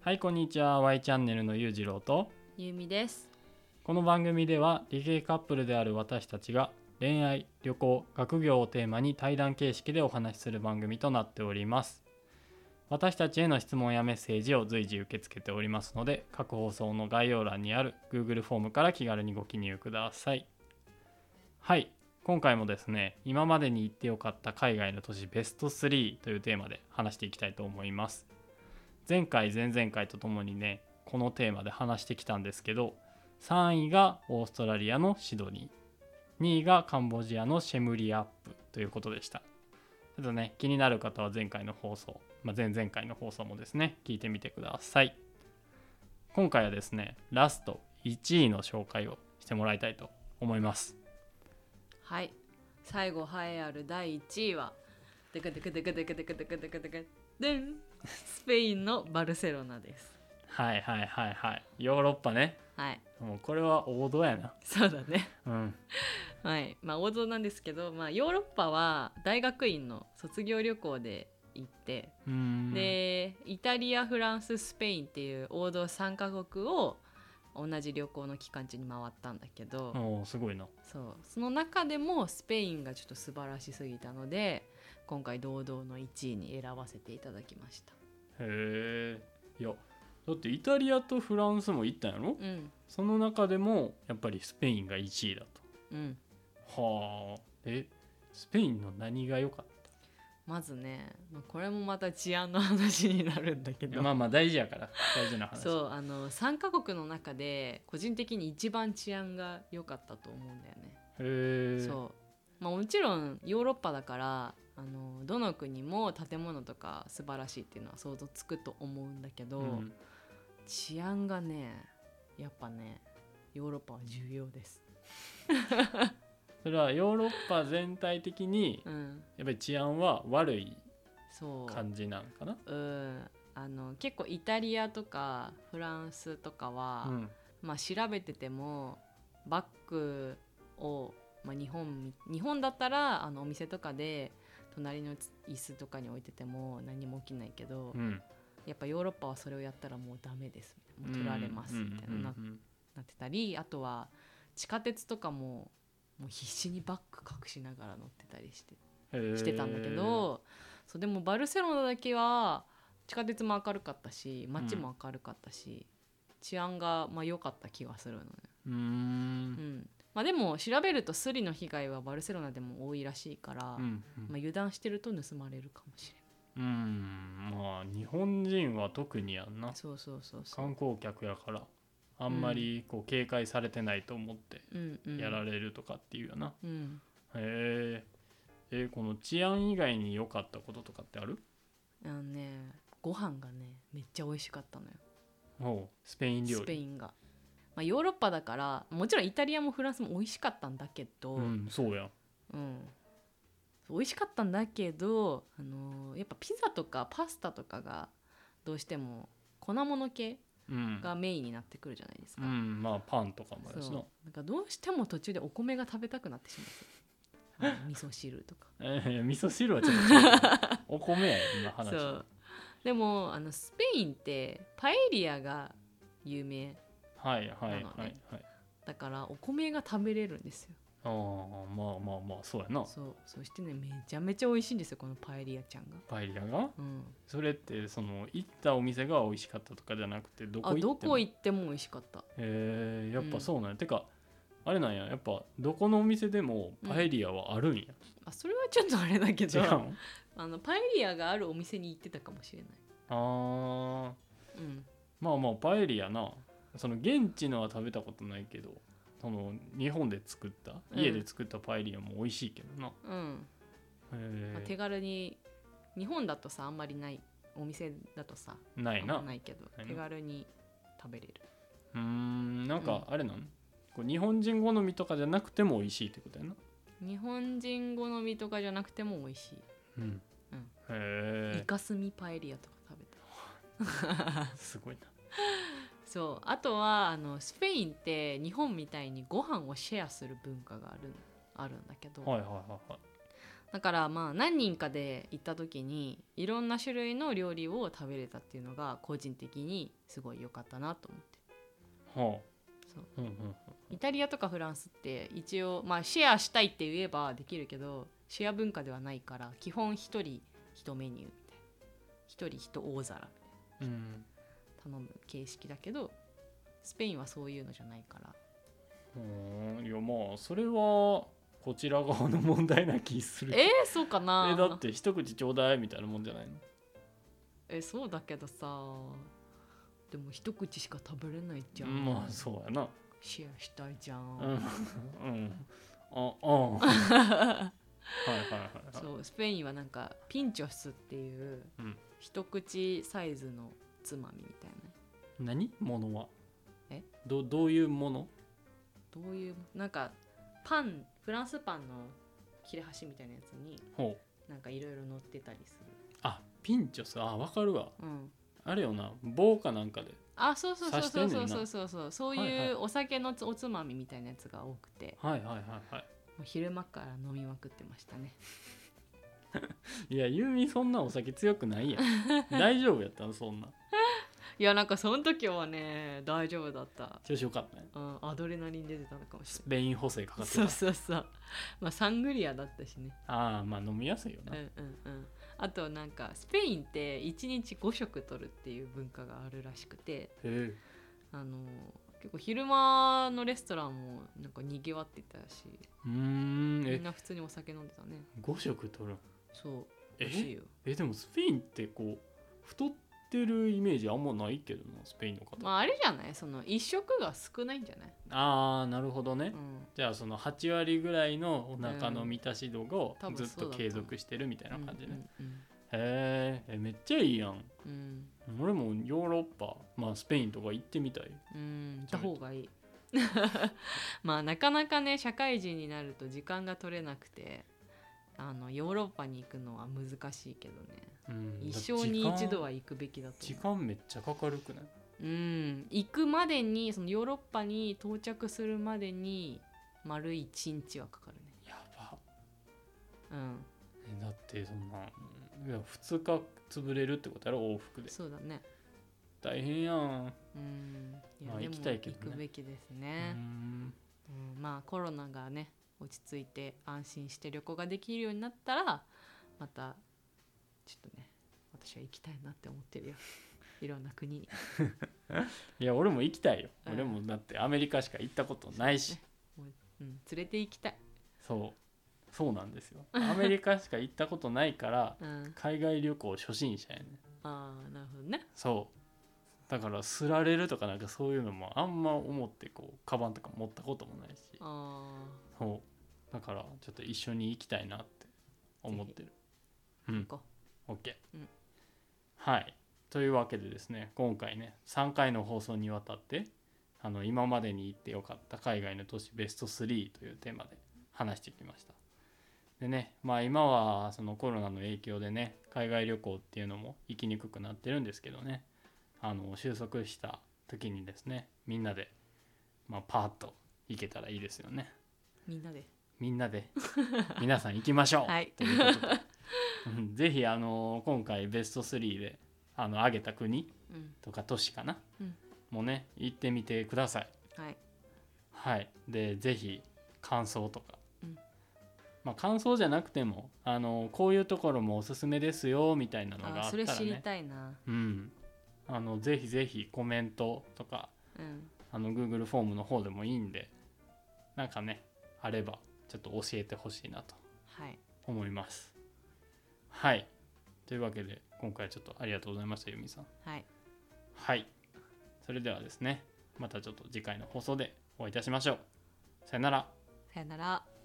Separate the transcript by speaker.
Speaker 1: はいこんにちは Y チャンネルのゆうじろうと
Speaker 2: ゆみです。
Speaker 1: この番組では理系カップルである私たちが恋愛旅行学業をテーマに対談形式でお話しする番組となっております私たちへの質問やメッセージを随時受け付けておりますので各放送の概要欄にある Google フォームから気軽にご記入くださいはい今回もですね今までに行ってよかった海外の都市ベスト3というテーマで話していきたいと思います前回前々回とともにねこのテーマで話してきたんですけど3位がオーストラリアのシドニー2位がカンボジアのシェムリアップということでしたちょっとね気になる方は前回の放送、まあ、前々回の放送もですね聞いてみてください今回はですねラスト1位の紹介をしてもらいたいと思います
Speaker 2: はい。最後栄えある第一位は。でかでかでかでかでかでかでかでか。でん。スペインのバルセロナです。
Speaker 1: はいはいはいはいヨーロッパね
Speaker 2: はい。
Speaker 1: もうこれは王道やな
Speaker 2: そうだね。
Speaker 1: うん
Speaker 2: はい。まあ王道なんですけど、まあヨーロッパは大学院の卒業旅行で行って、
Speaker 1: うーん
Speaker 2: でイタリア、フランス、スペインっていう王道三カ国を同じ旅行の期間中に回ったんだけど、
Speaker 1: おーすごいな
Speaker 2: そうその中でもスペインがちょっと素晴らしすぎたので今回堂々の1位に選ばせていただきました
Speaker 1: へえいやだってイタリアとフランスも行ったんやろ
Speaker 2: うん
Speaker 1: その中でもやっぱりスペインが1位だ
Speaker 2: うん
Speaker 1: と。はあ。えスペインの何が良かっ
Speaker 2: まずね、まあ、これもまた治安の話になるんだけ
Speaker 1: た
Speaker 2: ど、
Speaker 1: まあまあ大事やから 大事な話。
Speaker 2: そうあの3カ国の中で個人的に一番治安が良かったと思うんだよね、
Speaker 1: へえ。
Speaker 2: そう、まあ、もちろんヨーロッパだからあのどの国も建物とか素晴らしいっていうのは想像つくと思うんだけど、
Speaker 1: うん
Speaker 2: 治安がねやっぱねヨーロッパは重要です、
Speaker 1: それはヨーロッパ全体的に
Speaker 2: うん、
Speaker 1: やっぱり治安は悪い
Speaker 2: そう
Speaker 1: 感じなんかな。
Speaker 2: うんあの結構イタリアとかフランスとかは、
Speaker 1: うん。
Speaker 2: まあ、調べててもバッグを、まあ、日本み日本だったらあのお店とかで隣のつ椅子とかに置いてても何も起きないけど、
Speaker 1: うん。
Speaker 2: やっぱヨーロッパはそれをやったらもうダメですもう取られますみたいな、な
Speaker 1: うん
Speaker 2: なってたりあとは地下鉄とかももう必死にバッグ隠しながら乗ってたりして
Speaker 1: うんうんへえ
Speaker 2: してたんだけど、そうでもバルセロナだけは地下鉄も明るかったし街も明るかったし、治安がまあ良かった気がするのね、
Speaker 1: うー
Speaker 2: うん
Speaker 1: ん。
Speaker 2: まあ、でも調べるとスリの被害はバルセロナでも多いらしいから、
Speaker 1: うん
Speaker 2: まあ、油断してると盗まれるかもしれ
Speaker 1: うん、うんまあ日本人は特にやんな
Speaker 2: ないそうそうそうそう
Speaker 1: 観光客やからあんまりこう警戒されてないと思って
Speaker 2: うんうん
Speaker 1: やられるとかっていうよな、
Speaker 2: うん
Speaker 1: へええこの治安以外に良かったこととかってある
Speaker 2: あのねご飯がねめっちゃ美味しかったのよ
Speaker 1: おうスペイン料理
Speaker 2: スペインが、まあ、ヨーロッパだからもちろんイタリアもフランスも美味しかったんだけど、
Speaker 1: うんそうや
Speaker 2: うん美味しかったんだけど、あのーやっぱピザとかパスタとかがどうしても粉物系
Speaker 1: うん、
Speaker 2: がメインになってくるじゃないです
Speaker 1: う
Speaker 2: か、
Speaker 1: ん、まあパンとかもやし
Speaker 2: そう
Speaker 1: な
Speaker 2: なんかどうしても途中でお米が食べたくなってしまうあの味噌汁とか
Speaker 1: えー、味噌汁はちょっと違う お米や今話
Speaker 2: そうでもあのスペインってパエリアが有名
Speaker 1: はいはいはい
Speaker 2: なの
Speaker 1: はい
Speaker 2: ねだからお米が食べれるんですよ
Speaker 1: ああまあまあまあそうやな
Speaker 2: そうそしてねめちゃめちゃ美味しいんですよこのパエリアちゃんが。
Speaker 1: パエリアが
Speaker 2: うん、
Speaker 1: それってその行ったお店が美味しかったとかじゃなくてどこ
Speaker 2: あ
Speaker 1: 行っても
Speaker 2: どこ行っても美味しかった
Speaker 1: へえやっぱそうなんや、てかあれなんややっぱどこのお店でもパエリアはあるんや、
Speaker 2: あそれはちょっとあれだけ
Speaker 1: 違う
Speaker 2: ど
Speaker 1: ん
Speaker 2: あのパエリアがあるお店に行ってたかもしれない、
Speaker 1: あー
Speaker 2: うん、
Speaker 1: まあまあパエリアなその現地のは食べたことないけどその日本で作った
Speaker 2: うん
Speaker 1: 家で作ったパエリアも美味しいけどな、
Speaker 2: うんまあ、
Speaker 1: へ
Speaker 2: 手軽に日本だとさあんまりないお店だとさ
Speaker 1: えないな
Speaker 2: あんまないけど
Speaker 1: ないな
Speaker 2: 手軽に食べれる
Speaker 1: うーんなんかあれなん、こう日本人好みとかじゃなくても美味しいってことやな
Speaker 2: 日本人好みとかじゃなくても美味しい、
Speaker 1: うん、
Speaker 2: うんイ
Speaker 1: へえ
Speaker 2: カスミパエリアとか食べた
Speaker 1: すごい
Speaker 2: そうあとはあのスペインって日本みたいにご飯をシェアする文化があるあるんだけど、
Speaker 1: なはいはいはいはい
Speaker 2: だからまあ何人かで行った時にいろんな種類の料理を食べれたっていうのが個人的にすごい良かったなと思っ
Speaker 1: は
Speaker 2: てそう
Speaker 1: あ、うんうん、
Speaker 2: イタリアとかフランスって一応まあシェアしたいって言えばできるけどシェア文化ではないから基本一人一メニューみたいな一人一大皿
Speaker 1: うん
Speaker 2: 頼む形式だけどスペインはそういうのじゃないから
Speaker 1: うんいやまあそれはこちら側の問題な気する
Speaker 2: えー、そうかな
Speaker 1: えだって一口ちょうだいみたいなもんじゃないの
Speaker 2: えそうだけどさでも一口しか食べれないじゃん、
Speaker 1: まあそうやな
Speaker 2: シェアしたいじゃん、
Speaker 1: うんうんああはいはいはいはい
Speaker 2: そうスペインはなんかピンチョスっていう、
Speaker 1: うん
Speaker 2: 一口サイズのつまみみたいな
Speaker 1: 何ものは
Speaker 2: え
Speaker 1: どどういうもの
Speaker 2: どういうなんかパンフランスパンの切れ端みたいなやつに
Speaker 1: ほう
Speaker 2: なんかいろいろ乗ってたりす
Speaker 1: あピンチョスあわかるわ
Speaker 2: る、うん、
Speaker 1: あれよな棒かなんかで
Speaker 2: あそうそうそうそ
Speaker 1: 刺
Speaker 2: うそう
Speaker 1: してんねんな
Speaker 2: そうそうそうそう
Speaker 1: はいはいいう
Speaker 2: お酒のつおつまみみたいなやつが多くて
Speaker 1: はいはいはいはい
Speaker 2: もう昼間から飲みまくってましたね
Speaker 1: いやユーミンそんなお酒強くないやん 大丈夫やったのそんない
Speaker 2: やなんかその時はね大丈夫だった、
Speaker 1: 調子よかったね
Speaker 2: うん、アドレナリン出てたのかもし
Speaker 1: ス
Speaker 2: れ
Speaker 1: ペイン補正かか
Speaker 2: ない
Speaker 1: ってた
Speaker 2: そうそうそうまあサングリアだったしね
Speaker 1: ああまあ飲みやすいよ
Speaker 2: うん
Speaker 1: な、
Speaker 2: うんうんあとなんかスペインって1日5食取るっていう文化があるらしくて
Speaker 1: へ
Speaker 2: あの結構昼間のレストランもなんかにぎわってたし
Speaker 1: うーん
Speaker 2: み
Speaker 1: え
Speaker 2: んな普通にお酒飲んでたね
Speaker 1: 5食取る
Speaker 2: そう
Speaker 1: え
Speaker 2: 美味しいよ
Speaker 1: えでもスペインってこう太ってるイメージあんまないけどなスペインの方、
Speaker 2: まああれじゃないその1食が少ないんじゃない、
Speaker 1: ああなるほどね、
Speaker 2: うん
Speaker 1: じゃあその8割ぐらいのお腹の満たし度を
Speaker 2: 多
Speaker 1: ず
Speaker 2: 分
Speaker 1: っ
Speaker 2: そうだと
Speaker 1: と
Speaker 2: 思う
Speaker 1: 継続してるみたいな感じね、
Speaker 2: うん
Speaker 1: へーえめっちゃいいやん
Speaker 2: うんうん
Speaker 1: 俺もヨーロッパまあスペインとか行ってみたい
Speaker 2: うんうん行った方がい いまあなかなかね社会人になると時間が取れなくてあのヨーロッパに行くのは難しいけどね
Speaker 1: うん
Speaker 2: 一生に一度
Speaker 1: は
Speaker 2: は行くべきだと
Speaker 1: 時
Speaker 2: 思、
Speaker 1: 間めっちゃかかるくないう
Speaker 2: うん、行くまでにそのヨーロッパに到着するまでに丸一日はかかるね
Speaker 1: やば
Speaker 2: うん
Speaker 1: えだってそんないや2日潰れるってことやろ往復で
Speaker 2: そうだね
Speaker 1: 大変やん
Speaker 2: うんいや
Speaker 1: まあ
Speaker 2: でも
Speaker 1: 行きたいけどね
Speaker 2: 行くべきです
Speaker 1: う
Speaker 2: ね、
Speaker 1: ん
Speaker 2: うんまあコロナがね落ち着いて安心して旅行ができるようになったらまたちょっとね私は行きたいなって 思ってるよいろんな国に
Speaker 1: いや俺も行きたいよ、
Speaker 2: うん
Speaker 1: 俺もだってアメリカしか行ったことないし
Speaker 2: うん、連れて行きたい、
Speaker 1: そうそうなんです よアメリカしか行ったことないから
Speaker 2: うん、
Speaker 1: 海外旅行初心者やね
Speaker 2: ああなるほどね
Speaker 1: そうだからすられるとかなんかそういうのもあんま思ってこうカバンとか持ったこともないし
Speaker 2: あ
Speaker 1: そうだからちょっと一緒に行きたいなって思ってるう
Speaker 2: あ
Speaker 1: ん
Speaker 2: 行こ
Speaker 1: OK、
Speaker 2: うん
Speaker 1: はいというわけでですね今回ね3回の放送にわたってあの今までに行ってよかった海外の都市ベスト3というテーマで話してきましたでねまあ今はそのコロナの影響でね海外旅行っていうのも行きにくくなってるんですけどねあの収束した時にですねみんなで、まあ、パーッと行けたらいいですよね
Speaker 2: うみんなで
Speaker 1: みんな で皆さん行きましょう、
Speaker 2: はい
Speaker 1: ということでうんぜひあの今回ベスト3であの挙げた国
Speaker 2: うん
Speaker 1: とか都市かな、
Speaker 2: うん
Speaker 1: もうね行ってみてください
Speaker 2: はい
Speaker 1: はいでぜひ感想とか、
Speaker 2: うん
Speaker 1: まあ感想じゃなくてもあのこういうところもおすすめですよみたいなのが
Speaker 2: あ
Speaker 1: あっ
Speaker 2: そ
Speaker 1: た
Speaker 2: れ
Speaker 1: ら
Speaker 2: 知り
Speaker 1: ね
Speaker 2: たいな、
Speaker 1: うんあのぜひぜひコメントとか
Speaker 2: うん、
Speaker 1: あの Google フォームの方でもいいんでなんかねあればちょっと教えてほしいなと
Speaker 2: はい
Speaker 1: 思いますはいというわけで今回ちょっとありがとうございましたゆみさん
Speaker 2: はい
Speaker 1: はいそれではですねまたちょっと次回の放送でお会いいたしましょうさよなら
Speaker 2: さよなら